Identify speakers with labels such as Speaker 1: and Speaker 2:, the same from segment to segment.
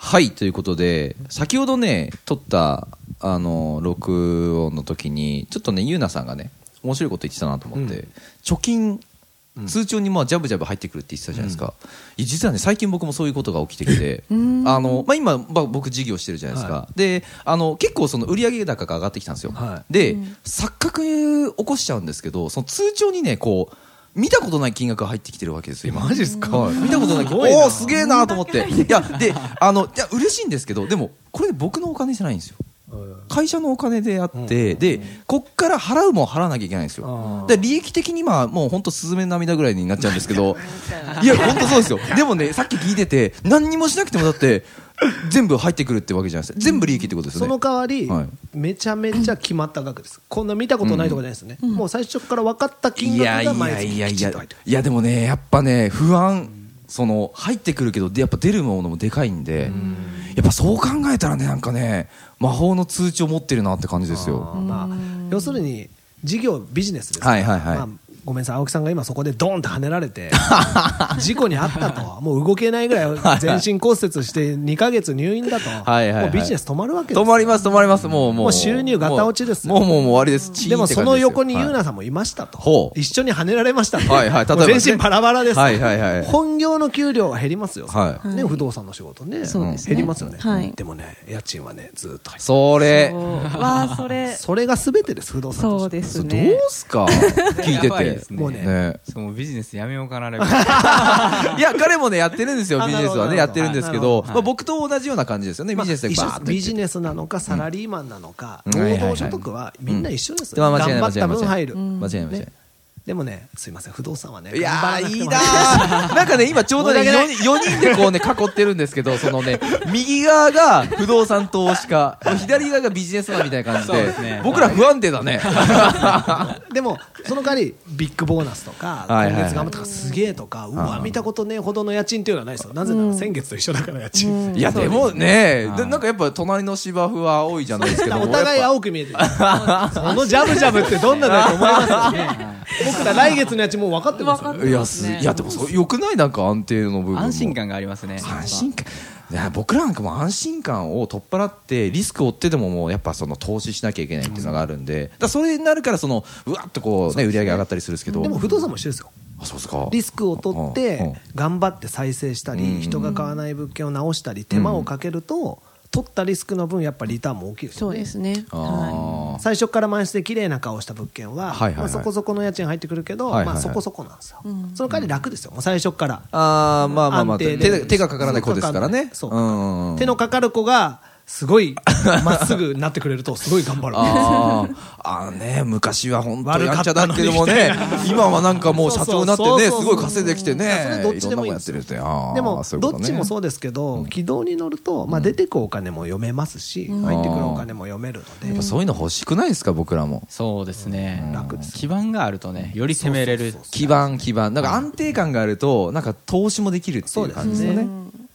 Speaker 1: はい、ということで、先ほどね、撮った、あの、録音の時に、ちょっとね、ゆうなさんがね、面白いこと言ってたなと思って、貯金、通帳にまあジャブジャブ入ってくるって言ってたじゃないですか。いや実はね、最近僕もそういうことが起きてき て、あの、まあ今、まあ僕事業してるじゃないですか。で、あの、結構その売上高が上がってきたんですよ。
Speaker 2: は
Speaker 1: で、錯覚起こしちゃうんですけど、その通帳にね、こう、見たことない金額が入ってきてるわけですよ、今。マジですか、はい見たことない金額。おおー、すげえなと思って。いや、で、あの、いや、嬉しいんですけど、でも、これ僕のお金じゃないんですよ。会社のお金であって、で、こっから払うもん払わなきゃいけないんですよ。で、利益的にまあ、もう本当、スズメの涙ぐらいになっちゃうんですけど、いや、本当そうですよ。でもね、さっき聞いてて、何にもしなくてもだって、全部入ってくるってわけじゃないですか。全部利益ってことですよ
Speaker 2: そ
Speaker 1: ね。
Speaker 2: の代わり、
Speaker 1: はい
Speaker 2: めちゃめちゃ決まった額です、こんな見たことないとかじゃないですね、もう最初から分かった金
Speaker 1: いや
Speaker 2: 額
Speaker 1: い
Speaker 2: が
Speaker 1: や
Speaker 2: 毎
Speaker 1: い
Speaker 2: 月
Speaker 1: や
Speaker 2: き
Speaker 1: い
Speaker 2: ち
Speaker 1: や
Speaker 2: んと入ってくる
Speaker 1: いやでもねやっぱね不安その入ってくるけどでやっぱ出るものもでかいんでやっぱそう考えたらねなんかね魔法の通知を持ってるなって感じです
Speaker 2: あ
Speaker 1: よ
Speaker 2: ーまあ、要するに事業ビジネスですから、
Speaker 1: はいはいはい
Speaker 2: まあごめんなさい青木さんが今そこでドーンって跳ねられて 事故に遭ったともう動けないぐらい全身骨折して2か月入院だと
Speaker 1: はいはい
Speaker 2: もうビジネス止まるわけです
Speaker 1: 止まります止まりますもうもう
Speaker 2: もう収入ガタ落ちですよ
Speaker 1: もうもうもう終わりですチーンって
Speaker 2: でもその横に
Speaker 1: 感
Speaker 2: 優
Speaker 1: じですよ
Speaker 2: 奈さんもいましたと、
Speaker 1: ほう
Speaker 2: 一緒に跳ねられましたと、
Speaker 1: はいはい例えば
Speaker 2: も
Speaker 1: ね
Speaker 2: う全身バラバラですと、
Speaker 1: はいはいはい
Speaker 2: 本業の給料は減りますよ、
Speaker 1: はい
Speaker 2: ね、不動産の仕事ね
Speaker 3: そうですね
Speaker 2: 減りますよね、
Speaker 3: はい
Speaker 2: でもね家賃はねずーっと入って
Speaker 1: それ
Speaker 3: わあそれ
Speaker 2: それがすべてです不動産として
Speaker 3: そうです
Speaker 1: ど
Speaker 3: ね
Speaker 1: うす か聞いて
Speaker 4: やばいで
Speaker 1: て
Speaker 4: すね
Speaker 2: もうね
Speaker 4: そうもうビジネスやめようかなレベル
Speaker 1: いや彼もねやってるんですよ
Speaker 2: あ
Speaker 1: ビジネスはね
Speaker 2: な
Speaker 1: やっ
Speaker 2: るほ
Speaker 1: て
Speaker 2: ど
Speaker 1: るんですけ
Speaker 4: なる
Speaker 1: ど
Speaker 4: ほど
Speaker 1: まあ僕と同じような感じですよねビジネスで
Speaker 2: 一
Speaker 1: バ
Speaker 2: 緒
Speaker 1: ーッと行って
Speaker 2: ビジネスなのかサラリーマンなのか、
Speaker 1: うん
Speaker 2: 労働所得はみんな一緒ですよ、
Speaker 1: まあ間違い
Speaker 2: 頑
Speaker 1: な
Speaker 2: 張
Speaker 1: い
Speaker 2: った分
Speaker 1: 間違
Speaker 2: 入
Speaker 1: い
Speaker 2: る、
Speaker 1: ない間違いない間違いない
Speaker 2: ねでもねすいません不動産はね
Speaker 1: いや
Speaker 2: 頑
Speaker 1: ー
Speaker 2: 張らなく
Speaker 1: い
Speaker 2: て
Speaker 1: い
Speaker 2: も
Speaker 1: なーなんかね今ちょうどね 4, 人でこうね囲ってるんですけどそのね右側が不動産投資家左側がビジネスマンみたいな感じ
Speaker 4: そう
Speaker 1: で
Speaker 4: ですね
Speaker 1: 僕ら不安定だね
Speaker 2: でもその代わりビッグボーナスとか
Speaker 1: はいはい
Speaker 2: 今月頑張ったからすげえとかうわ見たことねえほどの家賃っていうのはないですよなぜなら先月と一緒だから家賃
Speaker 1: いやでもねでなんかやっぱ隣の芝生は多いじゃないですけ ど
Speaker 2: お互い青く見え てるそのジャブジャブってどんなだと思いますよね 僕ら来月の家賃もう分かってますよね
Speaker 1: いやすいやでもそうよくないなんか安定の部分も
Speaker 4: 安心感がありますね
Speaker 1: 安心感いや僕らなんかも安心感を取っ払ってリスクを負ってでももうやっぱその投資しなきゃいけないっていうのがあるんで、だからそれになるからそのうわっとこうね売り上げ上がったりするんですけど
Speaker 2: でも不動産も一緒ですよ
Speaker 1: あそうですか
Speaker 2: リスクを取っ
Speaker 1: うんうん
Speaker 2: て頑張って再生した
Speaker 1: うん
Speaker 2: り人が買わない物件を直したり手間をかけると取ったリスクの分やっぱリターンも大きいです
Speaker 3: そ
Speaker 2: よ
Speaker 3: う
Speaker 2: ね
Speaker 3: ですねは
Speaker 1: あー
Speaker 2: 最初から満室で綺麗な顔した物件
Speaker 1: は
Speaker 2: は、
Speaker 1: いはいはい
Speaker 2: まあ、そこそこの家賃入ってくるけど、
Speaker 1: はいはいはい
Speaker 2: まあ、そこそこなんですよ、その代わり楽ですよ、もう最初から、
Speaker 1: あーまあまあまあ
Speaker 2: 安定
Speaker 1: 手
Speaker 2: で
Speaker 1: が手がかからない子ですからね
Speaker 2: そう
Speaker 1: うんうん
Speaker 2: 手のかかる子がす ごいまっすぐなってくれると、すごい頑張る。
Speaker 1: あーあーね昔は本当
Speaker 2: 悪か
Speaker 1: やん
Speaker 2: っ
Speaker 1: ちゃ
Speaker 2: た
Speaker 1: だ
Speaker 2: のに
Speaker 1: けどもね 今はなんかもう社長になって
Speaker 2: そうそう
Speaker 1: ねす
Speaker 2: そうそう
Speaker 1: ごい稼いできて
Speaker 2: いやそ
Speaker 1: ね
Speaker 2: れどっちで
Speaker 1: ろ
Speaker 2: もいい
Speaker 1: んなもんや
Speaker 2: で
Speaker 1: っ
Speaker 2: す
Speaker 1: て
Speaker 2: よ
Speaker 1: るってあー
Speaker 2: でも、
Speaker 1: そういうこ
Speaker 2: ど
Speaker 1: と
Speaker 2: っ
Speaker 1: ね
Speaker 2: ちもそうですけど、軌道に乗ると、まあ、出てくお金も読めますし、入ってくるお金も読めるの
Speaker 1: やっ
Speaker 2: で
Speaker 1: ぱ、そういうの欲しくないですか僕らも
Speaker 4: そうですね
Speaker 2: 楽です
Speaker 4: 基盤があるとねより攻めれる
Speaker 1: 基盤基盤なんか安定感があるとなんか投資もできるって
Speaker 2: そ
Speaker 1: いうう
Speaker 2: で
Speaker 1: 感じ
Speaker 2: すね。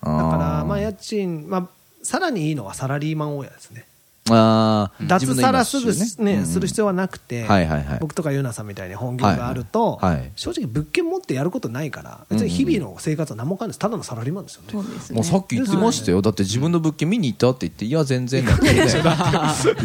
Speaker 1: だ
Speaker 2: だから、まあ、家賃、まあ、さらにいいのはサラリーマン親ですね。
Speaker 1: あー
Speaker 2: 脱サラすぐ
Speaker 1: 自分の今の収入
Speaker 2: ね、する必要はなくて
Speaker 1: はいはいはい、
Speaker 2: 僕とかゆうなさんみたいに本業があると
Speaker 1: はいはいはい、
Speaker 2: 正直、物件持ってやることないから、別に日々の生活は何もかんないです、ただのサラリーマンですよ
Speaker 3: いそ
Speaker 2: ね。
Speaker 3: うです
Speaker 1: も
Speaker 3: ね
Speaker 1: うさっき言ってましたよ、だって自分の物件見に行ったって言って、いや、全然だ って、ね、い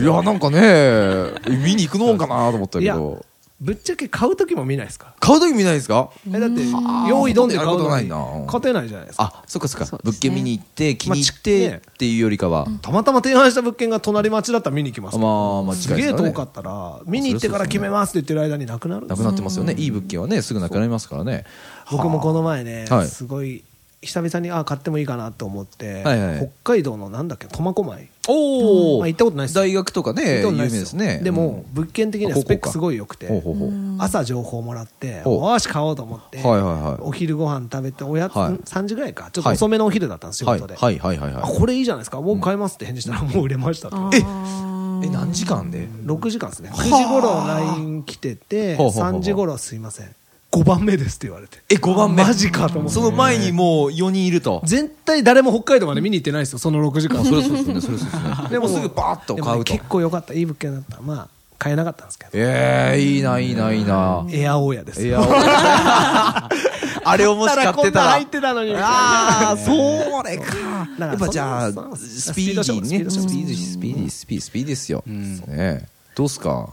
Speaker 1: や、なんかね、見に行くのかなと思った
Speaker 2: い
Speaker 1: け
Speaker 2: や
Speaker 1: ど、、
Speaker 2: ぶっちゃけ買う時も見ないですか、
Speaker 1: 買うとき見ないですから
Speaker 2: えだって、用意どんで買う
Speaker 1: ほとんど
Speaker 2: の
Speaker 1: やる
Speaker 2: に
Speaker 1: ことないな
Speaker 2: 勝てないじゃないですか、
Speaker 1: あそっかそっか、
Speaker 3: そうですね
Speaker 1: 物件見に行って、気に入っ
Speaker 2: まあ
Speaker 1: て
Speaker 2: ち
Speaker 1: っていうよりかは、
Speaker 2: たまたま提案した物件が隣町だったら見に行きますけど
Speaker 1: まあまあ
Speaker 2: す
Speaker 1: 近い
Speaker 2: げ
Speaker 1: です
Speaker 2: え
Speaker 1: からね
Speaker 2: 遠かったら、見に行ってから決めますって言ってる間になくなるんで
Speaker 1: な
Speaker 2: す
Speaker 1: く
Speaker 2: よ
Speaker 1: なってますよね、いい物件はね、すぐなくなりますからね。
Speaker 2: 僕もこの前ね
Speaker 1: は、い
Speaker 2: すごい久々に、あ買ってもいいかなと思って
Speaker 1: はいはい、
Speaker 2: 北海道のなんだっけ、苫小牧。
Speaker 1: お
Speaker 2: まあ行ったことないです
Speaker 1: 大学とかね、有
Speaker 2: そうな
Speaker 1: 名
Speaker 2: んよ
Speaker 1: ですね。
Speaker 2: でも、物件的にはスペックすごい良くて
Speaker 1: うん、ほうほうほう
Speaker 2: 朝情報もらって、
Speaker 1: ほう
Speaker 2: よし、買おうと思って、
Speaker 1: はいはいはい
Speaker 2: お昼ご飯食べて、おやつ、
Speaker 1: はい
Speaker 2: ん3時ぐらいか、ちょっと遅めのお昼だったんです、仕
Speaker 1: はい
Speaker 2: 事で。
Speaker 1: はいはいはい
Speaker 2: あ
Speaker 1: はい。
Speaker 2: これいいじゃないですか、もう買いますって返事したら、もう売れましたと。
Speaker 3: あー
Speaker 1: え、何時間で
Speaker 2: 6時間ですね9時頃 LINE 来てて
Speaker 1: ほうほうほうほう
Speaker 2: 3時頃すいません5番目ですって言われて
Speaker 1: え、5番目。
Speaker 2: マジかと思って
Speaker 1: その前にもう4人いると。
Speaker 2: 絶対誰も北海道まで見に行ってないですよその6時間
Speaker 1: あそれそうですね、それそうですね。でもすぐバーッと
Speaker 2: で
Speaker 1: 買
Speaker 2: も
Speaker 1: う
Speaker 2: ね
Speaker 1: と。
Speaker 2: 結構良かったいい物件だったまあ買えなかったんですけど
Speaker 1: ええ、いいな、いいな、いいな。
Speaker 2: エアオーヤです
Speaker 1: いや、あれをもし買ってたら。
Speaker 2: 買ったらこんな入ってたのに
Speaker 1: ああ、それか。
Speaker 2: だから
Speaker 1: やっぱじゃあ
Speaker 2: そんな、そんな
Speaker 1: スピーディーね。ス
Speaker 2: ス
Speaker 1: ピ
Speaker 2: ピ
Speaker 1: ー
Speaker 2: ー
Speaker 1: ディー、スピーディー、スピーディー、スピーディーですよ。ねどうっすか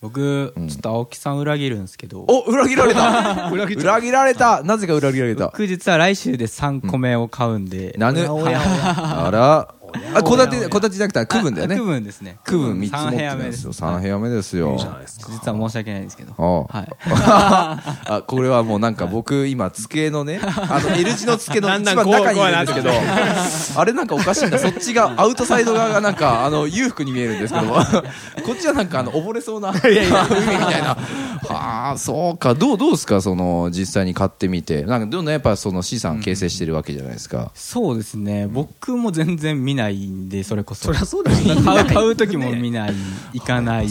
Speaker 4: 僕、ちょっと青木さん裏切るんですけど、
Speaker 1: お、裏切られた裏切られたなぜか裏切られた。
Speaker 4: 僕実は来週で3個目を買うんで、
Speaker 1: なぬ。
Speaker 2: おやお
Speaker 1: あら。あ、戸建て、戸建てじゃなくて、区分だよね。
Speaker 4: あ区分ですね。
Speaker 1: 区分3つ持っ
Speaker 4: 三部
Speaker 1: て
Speaker 4: 屋
Speaker 1: るん
Speaker 4: 目
Speaker 1: で
Speaker 4: ですす
Speaker 1: よ。。3部屋目ですよ。
Speaker 4: 実は申し訳ないんですけど。
Speaker 1: ああ
Speaker 4: はい。
Speaker 1: あ、これはもうなんか僕、今、机のね、あの、L 字の机 の一番中にいるんですけど、 あれなんかおかしいな、そっちが、アウトサイド側がなんか、あの、裕福に見えるんですけど、 こっちはなんか、あの、溺れそうな、海みたいな。はあ、そうか、どう、どうですか、その、実際に買ってみて。なんか、どんどんやっぱその資産形成してるわけじゃないですか。
Speaker 4: そうですね。僕も全然見ないんで、それこそ。
Speaker 2: そりゃそうですよ
Speaker 4: 買う買う時も見ない、行かない。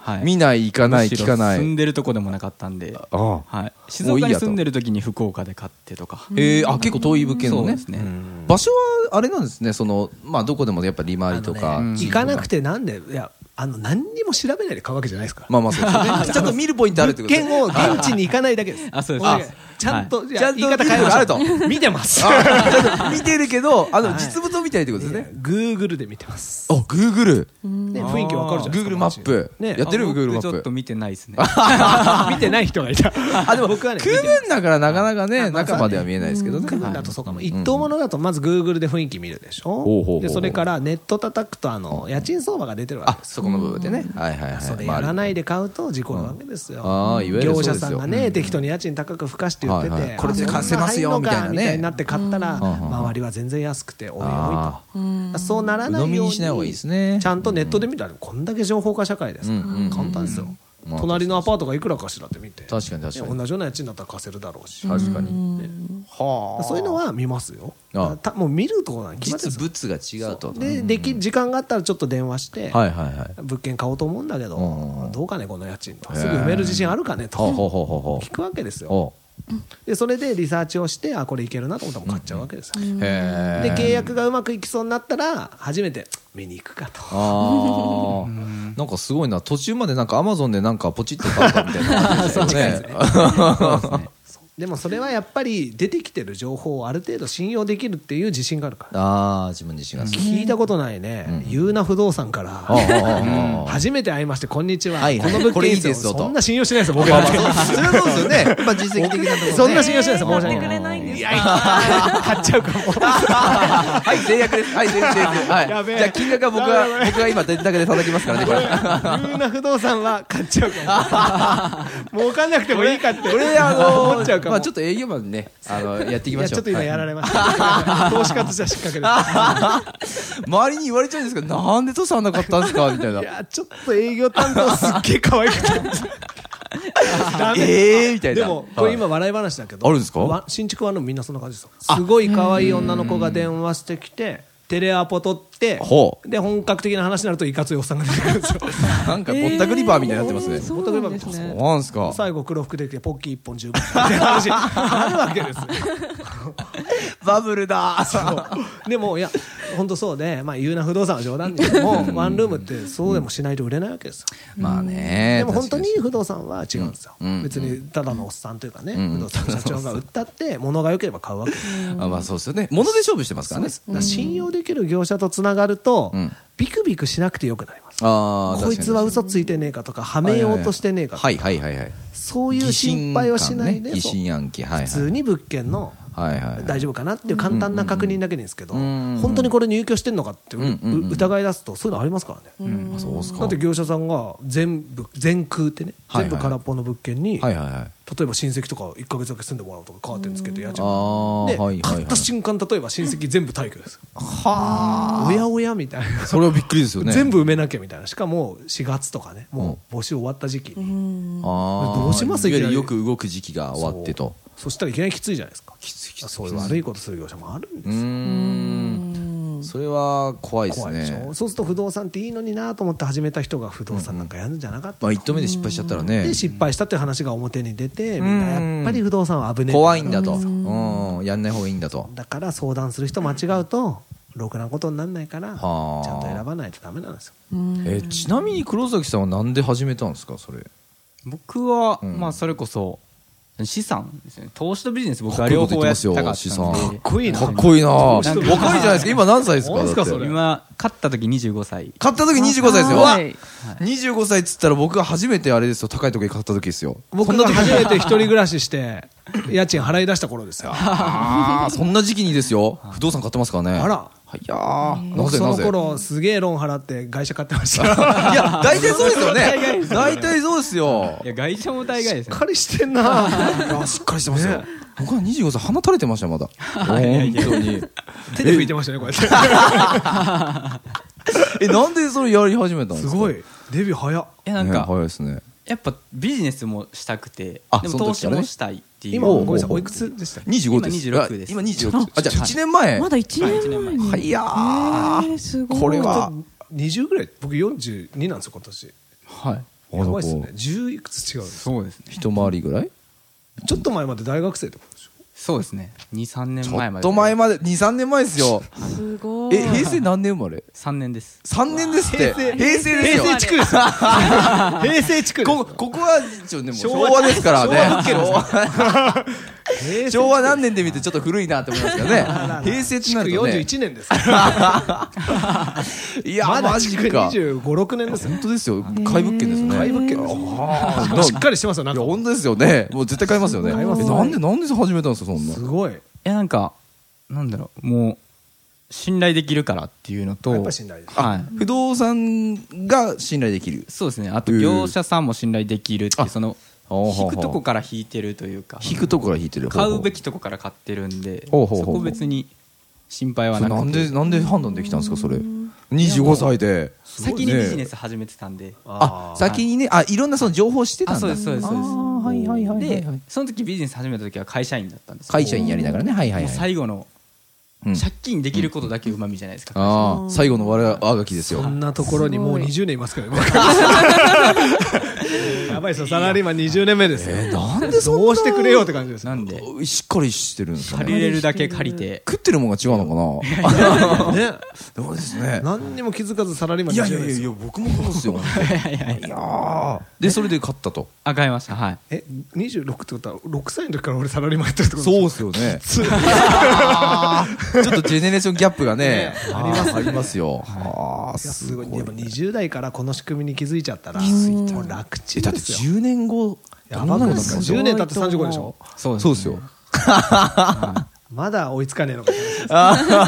Speaker 4: はい。
Speaker 1: 見ない、行かない、
Speaker 4: むし
Speaker 1: 聞か
Speaker 4: ろ
Speaker 1: ない。
Speaker 4: 住んでるとこでもなかったん で。
Speaker 1: ああ
Speaker 4: はい。静
Speaker 1: もういいやと
Speaker 4: 岡に住んでる時に福岡で買ってとか。
Speaker 1: えー、あ、結構遠い物件
Speaker 4: そ
Speaker 1: の
Speaker 4: うで
Speaker 1: ね。
Speaker 4: すね。
Speaker 1: 場所は、あれなんですね、その、まあ、どこでもやっぱ利回りとか。
Speaker 4: うん
Speaker 2: 行かなくてなんでいやあの何にも調べないで買うわけじゃないですから
Speaker 1: まあまあそうです ね。ちゃんと見るポイントあるってことです
Speaker 2: 物
Speaker 1: ね。
Speaker 2: 件を現地に行かないだけです
Speaker 4: あそうです
Speaker 2: これ
Speaker 4: あ
Speaker 2: ちゃんといや
Speaker 1: ちゃんと
Speaker 2: 言い方変えましょう
Speaker 1: あると
Speaker 2: 見てます
Speaker 1: あ見てるけど、あの、実物を見たいってことですね。
Speaker 2: グーグルで見てます
Speaker 1: あ、Google。
Speaker 2: ね雰囲気わかるじゃないですか
Speaker 1: Google マップ。
Speaker 2: ね
Speaker 1: やってる
Speaker 4: あ
Speaker 1: ?Google マ
Speaker 4: 僕ちょ
Speaker 1: ッ
Speaker 4: っと
Speaker 1: プ。
Speaker 4: 見てないですね。
Speaker 2: 街 見てない人がいたあでも僕はね
Speaker 1: 区分だからなかなかね、中までは見えないですけどね。
Speaker 2: 区分だとそうかも一等物だとまずグーグルで雰囲気見るでし
Speaker 1: ほうほうほう
Speaker 2: ょでそれからネット叩くとあの家賃相場が出てるわけ
Speaker 1: あ
Speaker 2: で、す
Speaker 1: そこの部分でね。はいはいはい。
Speaker 2: それやら
Speaker 1: まあ
Speaker 2: ないで買うと事故なわけですよ
Speaker 1: ああいわゆるそ
Speaker 2: 業
Speaker 1: うですよ
Speaker 2: 者さんがね適当に家賃高く付加して言って
Speaker 1: はいはい
Speaker 2: て
Speaker 1: これで
Speaker 2: あ
Speaker 1: 貸せますよ
Speaker 2: そんの入んのか
Speaker 1: み
Speaker 2: み
Speaker 1: たいなね
Speaker 2: たいになって買ったら
Speaker 1: ん
Speaker 2: 周りは全然安くておいおい
Speaker 1: あ
Speaker 2: とそうならな
Speaker 1: 鵜呑
Speaker 2: い
Speaker 1: み
Speaker 2: よ
Speaker 1: に
Speaker 2: うに
Speaker 1: しない方がいいですね
Speaker 2: ちゃんとネットで見たらこんだけ情報化社会ですから
Speaker 1: うん
Speaker 2: 簡単ですよ
Speaker 1: うんうん
Speaker 2: 隣のアパートがいくらかしらって見て
Speaker 1: 確かに確か
Speaker 2: ね
Speaker 1: に。
Speaker 2: 同じような家賃だったら貸せるだろうし
Speaker 1: 確かに。はあ。
Speaker 2: そういうのは見ますよ
Speaker 1: ああ
Speaker 2: たもう見るところなんて決まってるん
Speaker 1: 実
Speaker 2: です
Speaker 1: 物
Speaker 2: よ
Speaker 1: が違うと。
Speaker 2: ででき時間があったらちょっと電話して
Speaker 1: はいはいはい。
Speaker 2: 物件買おうと思うんだけど、
Speaker 1: うんうん
Speaker 2: どうかね、この家賃と、
Speaker 1: へえ
Speaker 2: すぐ埋める自信あるかねと、
Speaker 1: ほうほうほうほうほ
Speaker 2: 聞くわけです
Speaker 1: う。
Speaker 2: よ、
Speaker 1: お
Speaker 2: でそれでリサーチをして、あこれいけるなと思ったら、もう買っちゃうわけですよ、
Speaker 1: うへ
Speaker 2: で
Speaker 1: え。
Speaker 2: 契約がうまくいきそうになったら、初めて見に行くかと、
Speaker 1: ああ、なんかすごいな。途中までなんかアマゾンでなんかポチッと買ったみたいな感 じでしたよね。
Speaker 2: でもそれはやっぱり出てきてる情報をある程度信用できるっていう自信があるから、
Speaker 1: ああ、自分自身が好き。
Speaker 2: 聞いたことないね、言うな不動産から。
Speaker 1: ああああああ
Speaker 2: 初めて会いまして、こんにちは。
Speaker 1: はいはい
Speaker 2: この物
Speaker 1: これ
Speaker 2: 件
Speaker 1: いいですよと
Speaker 2: そんな信用しないですよ、僕
Speaker 1: ま
Speaker 2: ら
Speaker 1: あまあそうそれはそうですよね。まあ実績的なところね
Speaker 2: そんな信用しないですよ、申し
Speaker 3: 買っ
Speaker 2: 訳
Speaker 3: てく
Speaker 2: ない。
Speaker 3: れないんですか
Speaker 2: 買っちゃうかも。
Speaker 1: はい、制約です。はい、全然はい。
Speaker 2: やべえ
Speaker 1: じゃあ金額は僕
Speaker 2: や
Speaker 1: が、
Speaker 2: べえやべえ
Speaker 1: 僕が今、電卓で叩きますからね、これ。
Speaker 2: 有な不動産は買っちゃうか も儲かんなくてもいいかって
Speaker 1: これ、あの、
Speaker 2: 思っちゃうかも、
Speaker 1: まあちょっと営業マンね、あの、やっていき
Speaker 2: い
Speaker 1: ま
Speaker 2: や
Speaker 1: しょう。
Speaker 2: ちょっと今やら
Speaker 1: はい
Speaker 2: れま した、投資家としては失格 で
Speaker 1: 周りに言われちゃうんですけど、なんで父さんなかったんですかみたいな
Speaker 2: すい。やちょっと営業担当すっげえ可愛く てダメ
Speaker 1: ええみたいな。
Speaker 2: でもこれ今
Speaker 1: はい
Speaker 2: 笑い話だけど
Speaker 1: あるんですか
Speaker 2: わ新築はのみんなそんな感じですよすごい可愛い女の子が電話してきてテレアポ取って
Speaker 1: ほ
Speaker 2: で本格的な話になるといかついおっさんが出てく るんですよ
Speaker 1: なんかぼったくりバーみたいになってますね。
Speaker 3: そ
Speaker 1: そう
Speaker 3: なんですね
Speaker 1: うなんですか。
Speaker 2: 最後黒服出てポッキー1本10分って話あるわけですよ
Speaker 1: バブルだ。
Speaker 2: でも、いや、本当そうで、まあ、言うな不動産は冗談ですけども、ワンルームってそうでもしないと売れないわけですよ。
Speaker 1: まあね。
Speaker 2: でも本当に
Speaker 1: 確か
Speaker 2: 不動産は違うんですよ
Speaker 1: うん。
Speaker 2: 別にただのおっさんというかね、
Speaker 1: ん
Speaker 2: 不動産の社長が売ったって、物が良ければ買うわけですよ。
Speaker 1: に。あまあそうですよね。物で勝負してますからね。
Speaker 2: だから信用できる業者とつながると
Speaker 1: うん、
Speaker 2: ビクビクしなくてよくなります。
Speaker 1: ああ、
Speaker 2: こいつは嘘ついてねえかとか、はめようとしてねえかと
Speaker 1: は
Speaker 2: か
Speaker 1: い、はいはいはい。
Speaker 2: そういう心配をしないで、
Speaker 1: 疑
Speaker 2: そう
Speaker 1: 心暗鬼ね疑心暗鬼。はいはい。
Speaker 2: 普通に物件の
Speaker 1: はいはいはい
Speaker 2: 大丈夫かなっていう簡単な確認だけですけど、
Speaker 1: ん
Speaker 2: 本当にこれ入居してんのかってう
Speaker 1: うんうんうん
Speaker 2: う疑い出すと、そういうのありますからね。
Speaker 1: あそうっすか
Speaker 2: だって業者さんが全部、全空ってね、
Speaker 1: はいはい
Speaker 2: 全部空っぽの物件に、
Speaker 1: はいはいはい。
Speaker 2: 例えば親戚とか1か月だけ住んでもらうとか、カーテンつけてやっち
Speaker 1: あ
Speaker 2: ゃう。
Speaker 1: あ、はい
Speaker 2: で、
Speaker 1: はいは
Speaker 2: 買
Speaker 1: い
Speaker 2: っ。た瞬間、例えば親戚全部退去です。はあ。おやおやみたいな。
Speaker 1: それはびっくりですよね。
Speaker 2: 全部埋めなきゃみたいな。しかも4月とかね、もう募集終わった時期に。
Speaker 1: あー
Speaker 2: どうします
Speaker 1: いわゆる
Speaker 2: いきな
Speaker 1: よ
Speaker 2: り
Speaker 1: く動く時期が終わってと。
Speaker 2: そしたらいきなりきついじゃないですか。
Speaker 1: きついきつい。
Speaker 2: そういう悪いことする業者もあるんで
Speaker 1: う
Speaker 2: すよ
Speaker 1: ーん。それは怖いです
Speaker 2: 怖いでし
Speaker 1: ね
Speaker 2: ょ。そうすると不動産っていいのになと思って始めた人が不動産なんかやるんじゃなかった
Speaker 1: まあ一投目で失敗しちゃったらね
Speaker 2: で、失敗したっていう話が表に出て、
Speaker 1: ん
Speaker 2: みんなやっぱり不動産は危ねえ
Speaker 1: 怖いんだと、うん、やんない方がいいんだと。
Speaker 2: だから相談する人間違うとろくなことにならないから
Speaker 1: は
Speaker 2: ち
Speaker 1: あ
Speaker 2: ゃんと選ばないとダメなんですよ
Speaker 1: えちなみに黒崎さんはなんで始めたんですかそれ。
Speaker 4: 僕は、
Speaker 1: うん
Speaker 4: まあそれこそ資産ですね投資とビジネス僕
Speaker 1: かっ
Speaker 4: は
Speaker 1: こいいこ
Speaker 4: 両
Speaker 1: と言
Speaker 4: 方
Speaker 1: って
Speaker 4: や
Speaker 1: ま
Speaker 4: っ
Speaker 1: す
Speaker 4: た
Speaker 1: よ
Speaker 4: か
Speaker 1: 資
Speaker 4: ったんで
Speaker 1: 産
Speaker 2: こい
Speaker 1: かっこいいな。
Speaker 2: ど
Speaker 1: 若
Speaker 2: う
Speaker 1: い
Speaker 2: して
Speaker 1: じゃないですか。今何歳ですか。
Speaker 2: 何ですか
Speaker 1: だって
Speaker 2: それ
Speaker 4: 今勝った時25歳
Speaker 1: 買った時25歳ですよ。
Speaker 3: はい
Speaker 1: わ25歳っつったら僕が初めてあれですよ高い時計買った時ですよ。
Speaker 2: 僕が初めて一人暮らし して家賃払い出した頃ですよ
Speaker 1: あ あそんな時期にですよ。不動産買ってますからね。
Speaker 2: あら
Speaker 1: はいいやーな
Speaker 2: 僕
Speaker 1: ぜ
Speaker 2: そ
Speaker 1: な
Speaker 2: の
Speaker 1: ぜ。
Speaker 2: 頃すげえローン払って会社買ってました
Speaker 1: いや大体そうですよね。大体そうですよ
Speaker 4: い。や外車も大概ですね
Speaker 2: 彼してんな
Speaker 1: いやしっかりしてますよ。僕は25歳鼻垂れてましたよまだ。本当に。
Speaker 2: 手で拭いてましたねこうやって
Speaker 1: えなんでそれやり始めたんです
Speaker 2: す
Speaker 1: か。
Speaker 2: ごいデビュー早っ
Speaker 4: いやなん
Speaker 1: ね
Speaker 4: か
Speaker 1: 早いですね。
Speaker 4: やっぱビジネスもしたくて
Speaker 1: あ
Speaker 4: で
Speaker 1: そ
Speaker 4: も
Speaker 1: の時
Speaker 4: 投資
Speaker 1: からね
Speaker 4: もしたいっていう
Speaker 2: 今
Speaker 1: おうお
Speaker 2: ご
Speaker 1: う
Speaker 2: めんなさいおいくつでした
Speaker 1: 二十五です。
Speaker 4: 今26です
Speaker 1: あ今二十六。あじゃあ一年前。
Speaker 3: まだ一年前に。
Speaker 1: はいや
Speaker 3: へ
Speaker 1: ー
Speaker 3: ーすごい。
Speaker 1: これは
Speaker 2: 20ぐらい僕42なんですよ今年
Speaker 4: はい
Speaker 2: やばいっすね10いくつ違うんです
Speaker 4: そうですね
Speaker 1: 一回りぐらい。
Speaker 2: ちょっと前まで大学生ってことでしょ
Speaker 4: そうですね23年
Speaker 1: ちょ
Speaker 4: 前ま
Speaker 1: っ
Speaker 4: で
Speaker 1: と前まで二三年前ですよ。
Speaker 3: すごい。
Speaker 1: え平成何年生まれ？
Speaker 4: 3年です
Speaker 1: 三年ですって。平成ですよ。
Speaker 2: 平成地区ですよ平成地区です
Speaker 1: こここは一応ねもう
Speaker 2: 昭
Speaker 1: 昭
Speaker 2: 和
Speaker 1: 和ですからね。
Speaker 2: 昭
Speaker 1: 昭和
Speaker 2: 平成。
Speaker 1: 昭和何年で見てちょっと古いなって思いますけどね平成ってなるとね。
Speaker 2: 41年ですから
Speaker 1: いや
Speaker 2: まだ
Speaker 1: マ
Speaker 2: 築
Speaker 1: ジか。
Speaker 2: 25、6年ですよ
Speaker 1: 本当ですよ。買い物件ですね。
Speaker 2: 買い物件です
Speaker 1: あー
Speaker 2: しっかりしてますよ、ないん
Speaker 1: や
Speaker 2: か。
Speaker 1: 本当ですよね。もう絶対買いますよね。
Speaker 2: 買います
Speaker 1: えなんでなんで始めたんですかそんな
Speaker 2: す。ごい。
Speaker 4: いやなんかなんだろうもう信頼できるからっていうのと
Speaker 2: やっぱ信頼です。
Speaker 4: はい
Speaker 1: 不動産が信頼できる。
Speaker 4: そうですねあと
Speaker 1: うん
Speaker 4: 業者さんも信頼できるっていうその
Speaker 1: ほうほうほう
Speaker 4: 引くとこから引いてるというか
Speaker 1: 引くとこから引いてる。
Speaker 4: 買うべきとこから買ってるんで
Speaker 1: ほうほうほう
Speaker 4: そこ別に心配は
Speaker 1: それ
Speaker 4: な
Speaker 1: な
Speaker 4: く
Speaker 1: ん
Speaker 4: て
Speaker 1: でなんで判断できたんですかそれ。二十五歳で。
Speaker 4: 先にビジネス始めてたんで
Speaker 1: あ先にねあいろんなその情報してたんだ。
Speaker 4: あそうですそうですそうです
Speaker 1: はいはいはい
Speaker 4: でその時ビジネス始めた時は会社員だったんですけど
Speaker 1: 会社員やりながらねはいはい
Speaker 4: もう
Speaker 1: はい。
Speaker 4: 最後の
Speaker 1: うん
Speaker 4: 借金できることだけうまみじゃないですか、
Speaker 1: ああ最後の我があがきですよ
Speaker 2: こ。んなところにもう20年いますけどね。 やばいですよ、サラリーマン20年目ですよ。
Speaker 1: えなんでそんな
Speaker 2: どうしてくれよって感じですよ。
Speaker 4: なんで
Speaker 1: しっかりしてるんですか
Speaker 4: 借
Speaker 1: ね。
Speaker 4: りれるだけ借りて
Speaker 1: 食ってるもんが違うのかな。
Speaker 2: ね。
Speaker 1: どうです ね。
Speaker 2: 何にも気づかずサラリーマン
Speaker 1: いやい
Speaker 2: 20
Speaker 1: やい
Speaker 2: 年で
Speaker 1: や
Speaker 2: す
Speaker 1: い
Speaker 2: よ。
Speaker 1: や僕もそうです よ。いやーでそれで勝ったと。
Speaker 4: あ買いましたはい
Speaker 2: え、26ってことは6歳の時から俺サラリーマンやってるってこと
Speaker 1: そう
Speaker 2: う。
Speaker 1: ですよね。
Speaker 2: つ
Speaker 1: ちょっとジェネレーションギャップがね
Speaker 2: ね、
Speaker 1: ありますありますよ。ああ
Speaker 2: いやす
Speaker 1: す
Speaker 2: ご
Speaker 1: ご
Speaker 2: い
Speaker 1: い。
Speaker 2: でも20代からこの仕組みに気づいちゃったらもう楽ち
Speaker 1: え
Speaker 2: ん
Speaker 1: だっ
Speaker 2: で
Speaker 1: て
Speaker 2: すよ
Speaker 1: 10年後
Speaker 2: やばくないです
Speaker 1: ど
Speaker 2: か
Speaker 1: う
Speaker 2: 10
Speaker 1: なるんだ
Speaker 2: 年経って35でしょ
Speaker 4: そ
Speaker 1: そうですよ。
Speaker 2: まだ追いつかねえのかと思って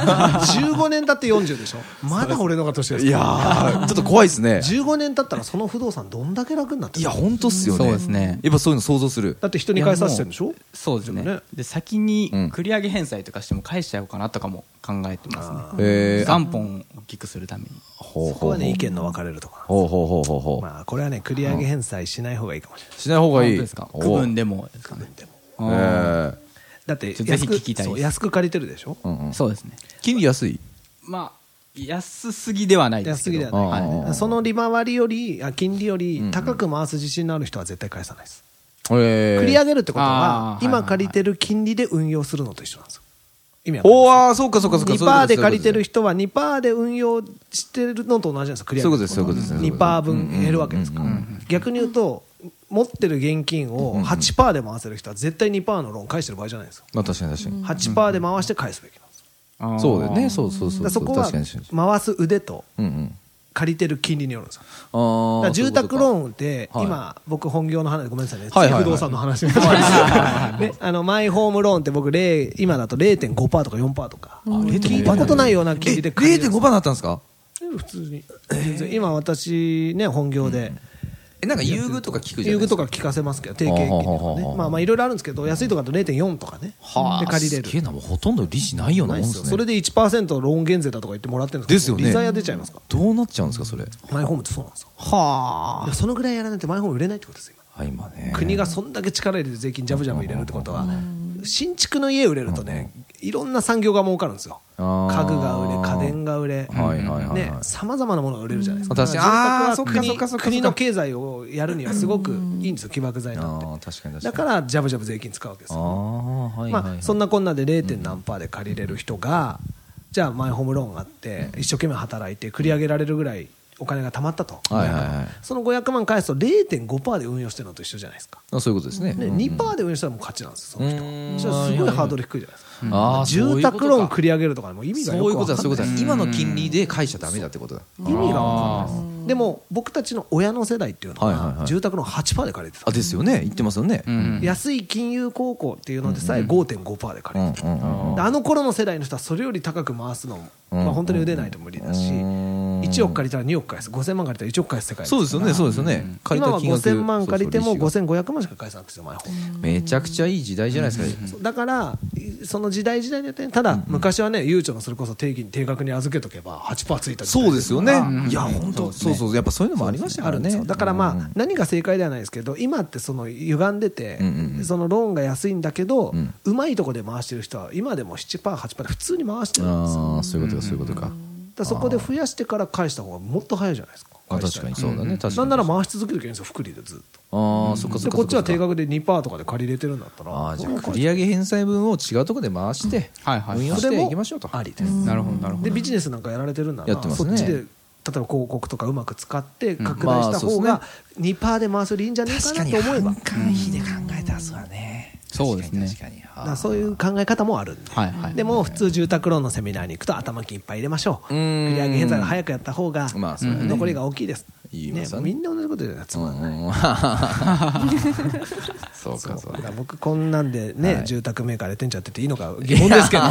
Speaker 2: ます15年経って40でしょまだ俺のが年です
Speaker 1: いやーちょっと怖いですね。
Speaker 2: 15年経ったらその不動産どんだけ楽になって
Speaker 1: い
Speaker 2: る
Speaker 1: や本当っすよね。
Speaker 4: そうですね
Speaker 1: やっぱそういうの想像する。
Speaker 2: だって人に返させてるんでしょ
Speaker 4: そうですね
Speaker 2: でもね
Speaker 4: で先に繰り上げ返済とかしても返しちゃおうかなとかも考えてますね、
Speaker 1: えー
Speaker 4: 元本を大きくするために
Speaker 1: ほう
Speaker 2: そこはね意見の分かれるところ
Speaker 1: ほうほうほうほうほう。
Speaker 2: まあこれはね繰り上げ返済しない方がいいかもしれない
Speaker 1: しない方がいい。
Speaker 4: 本当ですか
Speaker 1: お
Speaker 4: 区分でもですかね
Speaker 1: え
Speaker 4: あ
Speaker 1: ー
Speaker 2: だって
Speaker 4: ちょっと
Speaker 2: 安
Speaker 4: ぜ
Speaker 2: く
Speaker 4: ひ聞きたいです
Speaker 2: そう安く借りてるでしょ
Speaker 1: うんうん
Speaker 4: ーそうですね
Speaker 1: 金利安い。
Speaker 4: まあ安すぎではないです
Speaker 2: 安す
Speaker 4: けど
Speaker 2: ぎではないから
Speaker 1: あー
Speaker 2: ねその利回りよりあ金利より高く回す自信のある人は絶対返さないです
Speaker 1: えー
Speaker 2: 繰り上げるってことは
Speaker 4: あー
Speaker 2: 今借りてる金利で運用するのと一緒なんですよ意味わかります
Speaker 1: おーあーそうかそうかそうか。
Speaker 2: 2%で借りてる
Speaker 1: 人。
Speaker 2: 人は2%で運用してるのと同じなんですよ、繰り
Speaker 1: そう
Speaker 2: 上
Speaker 1: いうことで
Speaker 2: げ
Speaker 1: すそういうことです。そういうことです
Speaker 2: 2%分減るわけですから、逆に言うと、持ってる現金を8%で回せる人は絶対2%のローン返してる場合じゃないんですよ、
Speaker 1: まあ確かに確かに。
Speaker 2: 8%で回して返すべきなんですよ、
Speaker 4: あー
Speaker 1: そうだよね。そうそうそう
Speaker 2: だから
Speaker 1: そ。
Speaker 2: そうこは
Speaker 1: 確かに確かに。
Speaker 2: 回す腕と
Speaker 1: うんうん。
Speaker 2: 借りてる金利によるんですよ、
Speaker 1: あー
Speaker 2: だから住宅ローンって、
Speaker 1: はい
Speaker 2: 今、僕、本業の話、ごめんなさいね、
Speaker 1: はい はいはい
Speaker 2: 不動産の話になっちゃいました ねあのマイホームローンって僕、0今だと0.5%とか4%とか、聞いたことないような金利で借り
Speaker 1: 零
Speaker 2: れ
Speaker 1: 点
Speaker 2: るんです
Speaker 1: 五
Speaker 2: よ
Speaker 1: 番だったんですか。
Speaker 2: 普通に全然今私ね本業で
Speaker 1: えなんか優遇とか聞くじゃ
Speaker 2: 遊
Speaker 1: ないで
Speaker 2: 具
Speaker 1: す
Speaker 2: と
Speaker 1: か。
Speaker 2: か聞かせますけど定型金利
Speaker 1: はあ
Speaker 2: と
Speaker 1: はあは
Speaker 2: か
Speaker 1: あはあ
Speaker 2: ねまあまあいろいろあるんですけど安いとかだと0.4とかねで借りれ
Speaker 1: すげえ
Speaker 2: る
Speaker 1: なもうほとんど利子ないような
Speaker 2: な
Speaker 1: も
Speaker 2: い
Speaker 1: んです
Speaker 2: で
Speaker 1: す
Speaker 2: よ
Speaker 1: ね。
Speaker 2: それで1%ローン減税だとか言ってもらってるんですけど
Speaker 1: ですよね
Speaker 2: 利ザヤ出ちゃいますか
Speaker 1: どうなっちゃうんですかそれ。
Speaker 2: らマイホームってそうなんですよ
Speaker 1: はあ。
Speaker 2: いやそのぐらいやらないとマイホーム売れないってことですよ今
Speaker 1: はい今ね。
Speaker 2: 国がそんだけ力入れて税金ジャブジャブ入れるってことは新築の家売れるとねいろんな産業が儲かるんですよ
Speaker 1: あー
Speaker 2: 家具が売れ家電が売れ、
Speaker 1: はいはいはい
Speaker 2: ね
Speaker 1: は、い。
Speaker 2: さまざまなものが売れるじゃないですか。
Speaker 1: 私
Speaker 2: だから
Speaker 1: あー
Speaker 2: 住宅
Speaker 1: そっかそっか
Speaker 2: は
Speaker 1: そっ
Speaker 2: 国
Speaker 1: か
Speaker 2: 国の経済をやるにはすごくいいんですよ、起爆剤になって。
Speaker 1: ああ確かに確かに。
Speaker 2: だから、ジャブジャブ税金使うわけです
Speaker 1: あ
Speaker 2: よ。
Speaker 1: あはいはいは
Speaker 2: ま
Speaker 1: い。
Speaker 2: あ、そんなこんなで 0. 何パーで借りれる人が、じゃあ、マイホームローンがあって、一生懸命働いて、繰り上げられるぐらいお金が貯まったと、
Speaker 1: はいはいはい
Speaker 2: その500万返すと0.5%で運用してるのと一緒じゃないですか、
Speaker 1: あそういうことですね。
Speaker 2: ね
Speaker 1: うん
Speaker 2: 2%で運用したらもう勝ちなんですよ、その人
Speaker 1: う
Speaker 2: は
Speaker 1: ん
Speaker 2: じゃあすごいハードル低いじゃないですか、
Speaker 1: ああ
Speaker 2: 住宅ローン
Speaker 1: そう
Speaker 2: 繰り上げるとか、もう意味がよ
Speaker 1: いう
Speaker 2: く
Speaker 1: こ
Speaker 2: わ
Speaker 1: と
Speaker 2: かん
Speaker 1: だそ
Speaker 2: ない
Speaker 1: ういうことだそういうことだ。今の金利で返しちゃダメだってことだ。
Speaker 2: 意味がわかんないですでも僕たちの親の世代っていうの
Speaker 1: はいはいは
Speaker 2: はい住宅の8%で借りてた
Speaker 1: あですよね言ってますよね。う
Speaker 4: うんん
Speaker 2: 安い金融高校っていうのでさえ5.5%で
Speaker 1: う
Speaker 2: 借
Speaker 1: ん
Speaker 2: り
Speaker 1: うん
Speaker 2: てたであの頃の世代の人はそれより高く回すのまあ本当に腕ないと無理だし
Speaker 1: うん
Speaker 2: 1億借りたら2億返す5000万借りたら1億返す世界
Speaker 1: そうですよねそうですよね。
Speaker 2: 今は
Speaker 1: 金額
Speaker 2: 5000万借りても
Speaker 1: そうそう利子
Speaker 2: 5500万しか返さなくてよ前ほん
Speaker 1: がめちゃくちゃいい時代じゃないですか。
Speaker 2: そうだからその時代時代によってねただ昔はね悠長のそれこそ定期に定額に預けとけば8%ついた時代
Speaker 1: そうですよね
Speaker 4: ん。
Speaker 1: いや本当そうそうやっぱそういうのもありました
Speaker 2: あ
Speaker 1: か
Speaker 2: る
Speaker 1: ら
Speaker 2: んです
Speaker 1: ね
Speaker 2: よ。だからまあ、
Speaker 1: うん
Speaker 2: 何が正解ではないですけど今ってその歪んでて、
Speaker 1: うんうんうん
Speaker 2: そのローンが安いんだけど、うんまいとこで回してる人は今でも 7%8% で普通に回してるんですよ
Speaker 1: ああそういうことかそういうことか。
Speaker 2: だからそこで増やしてから返した方がもっと早いじゃないですか
Speaker 1: あ
Speaker 2: 返
Speaker 1: 確
Speaker 2: した
Speaker 1: か
Speaker 2: ら
Speaker 1: にそうだね確かに。
Speaker 2: なんなら回し続けるけんですよ福利でずっ
Speaker 1: ああそっか
Speaker 2: と
Speaker 1: そ
Speaker 2: で
Speaker 1: っか。
Speaker 2: こっちは
Speaker 1: そ
Speaker 2: 定
Speaker 1: か
Speaker 2: 額で2%とかで借りれてるんだったら
Speaker 1: ああじゃあ繰り上げ返済分を違うところで回して
Speaker 4: はいはい
Speaker 1: 運用し
Speaker 2: それ
Speaker 1: て
Speaker 2: も
Speaker 1: いきましょうと。
Speaker 2: ありです
Speaker 4: なるほどなるほ
Speaker 2: で
Speaker 4: ど
Speaker 2: ビジネスなんかやられてるんなら
Speaker 1: やってますね
Speaker 2: そっちで例えば広告とかうまく使って拡
Speaker 1: ま
Speaker 2: 大
Speaker 1: あ
Speaker 2: した方が2%で回すよりいいんじゃないかなと思えば、
Speaker 1: 間費で考えたらそうだね。
Speaker 4: そうですね
Speaker 1: かに。
Speaker 2: だからそういう考え方もあるんで、
Speaker 4: はいはい
Speaker 2: でも普通住宅ローンのセミナーに行くと頭金いっぱい入れましょう
Speaker 1: うーん
Speaker 2: 繰り上げ返済が早くやった方が
Speaker 1: まあそうだね
Speaker 2: 残りが大きいです、
Speaker 1: 言いますよね
Speaker 2: みんな同じこと言うのは つまんない、
Speaker 1: そうかそう
Speaker 2: だ
Speaker 1: か
Speaker 2: から僕こんなんでね、住宅メーカーで店長やってていいのか疑問で すけど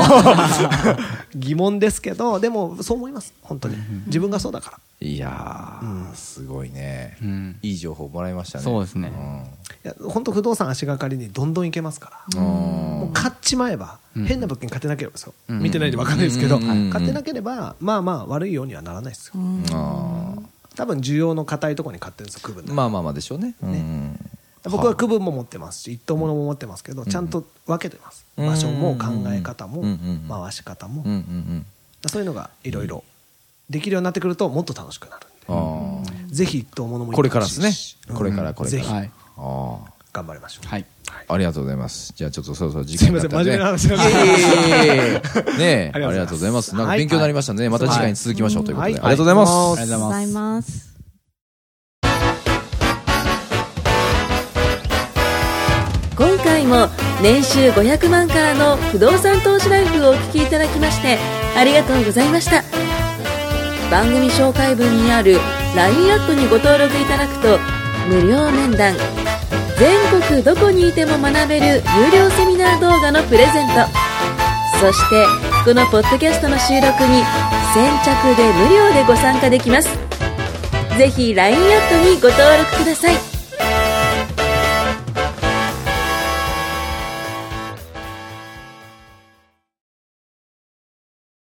Speaker 2: 疑問ですけどでもそう思います本当に自分がそうだから
Speaker 1: いやーすごいね
Speaker 4: うん
Speaker 1: いい情報もらいましたね
Speaker 4: そうですね
Speaker 2: いや本当不動産足がかりにどんどんいけますから、
Speaker 1: うんうん
Speaker 2: もう買っちまえば、変な物件買ってなければですよ、
Speaker 4: ん
Speaker 2: 見てないんで分かんないですけど、
Speaker 1: うんうん
Speaker 2: 買ってなければ、まあまあ悪いようにはならないですよ、
Speaker 1: あー
Speaker 2: 多分需要の硬いところに買ってるんですよ、区分で、
Speaker 1: まあまあまあでしょうねうん
Speaker 2: 僕は区分も持ってますし、一等物も持ってますけど、ちゃんと分けてます、
Speaker 1: うん
Speaker 2: 場所も考え方も、
Speaker 1: うんうん
Speaker 2: 回し方も、
Speaker 1: うんうんうん
Speaker 2: そういうのがいろいろできるようになってくると、もっと楽しくなるんで、
Speaker 1: あー
Speaker 2: ぜひ一等物も
Speaker 1: これからですね
Speaker 2: うん
Speaker 1: これからこれから
Speaker 2: ぜひ
Speaker 4: はい
Speaker 1: あー
Speaker 2: 頑張りましょう。
Speaker 4: はい
Speaker 1: ありがとうございますじゃあちょっとそろそろ時
Speaker 2: すい
Speaker 1: 間が
Speaker 2: ませ
Speaker 1: 経
Speaker 2: ん、真面目な話なん
Speaker 1: い
Speaker 2: で
Speaker 1: やいやいやいやねえあり
Speaker 2: りが
Speaker 1: が
Speaker 2: と
Speaker 1: とうご
Speaker 2: うございます
Speaker 1: ざいますなんか勉強になりましたねまた次回に続きましょうということであ
Speaker 2: はい
Speaker 1: りがとうござい
Speaker 4: あ
Speaker 1: ま
Speaker 4: り
Speaker 1: す
Speaker 4: がとう
Speaker 3: ご
Speaker 4: ござ
Speaker 3: ざ
Speaker 4: い
Speaker 3: い
Speaker 4: ます
Speaker 3: ます。
Speaker 5: 今回も年収500万からの不動産投資ライフをお聞きいただきましてありがとうございました番組紹介文にある LINE アップにご登録いただくと無料面談全国どこにいても学べる有料セミナー動画のプレゼントそしてこのポッドキャストの収録に先着で無料でご参加できますぜひ LINE アットにご登録ください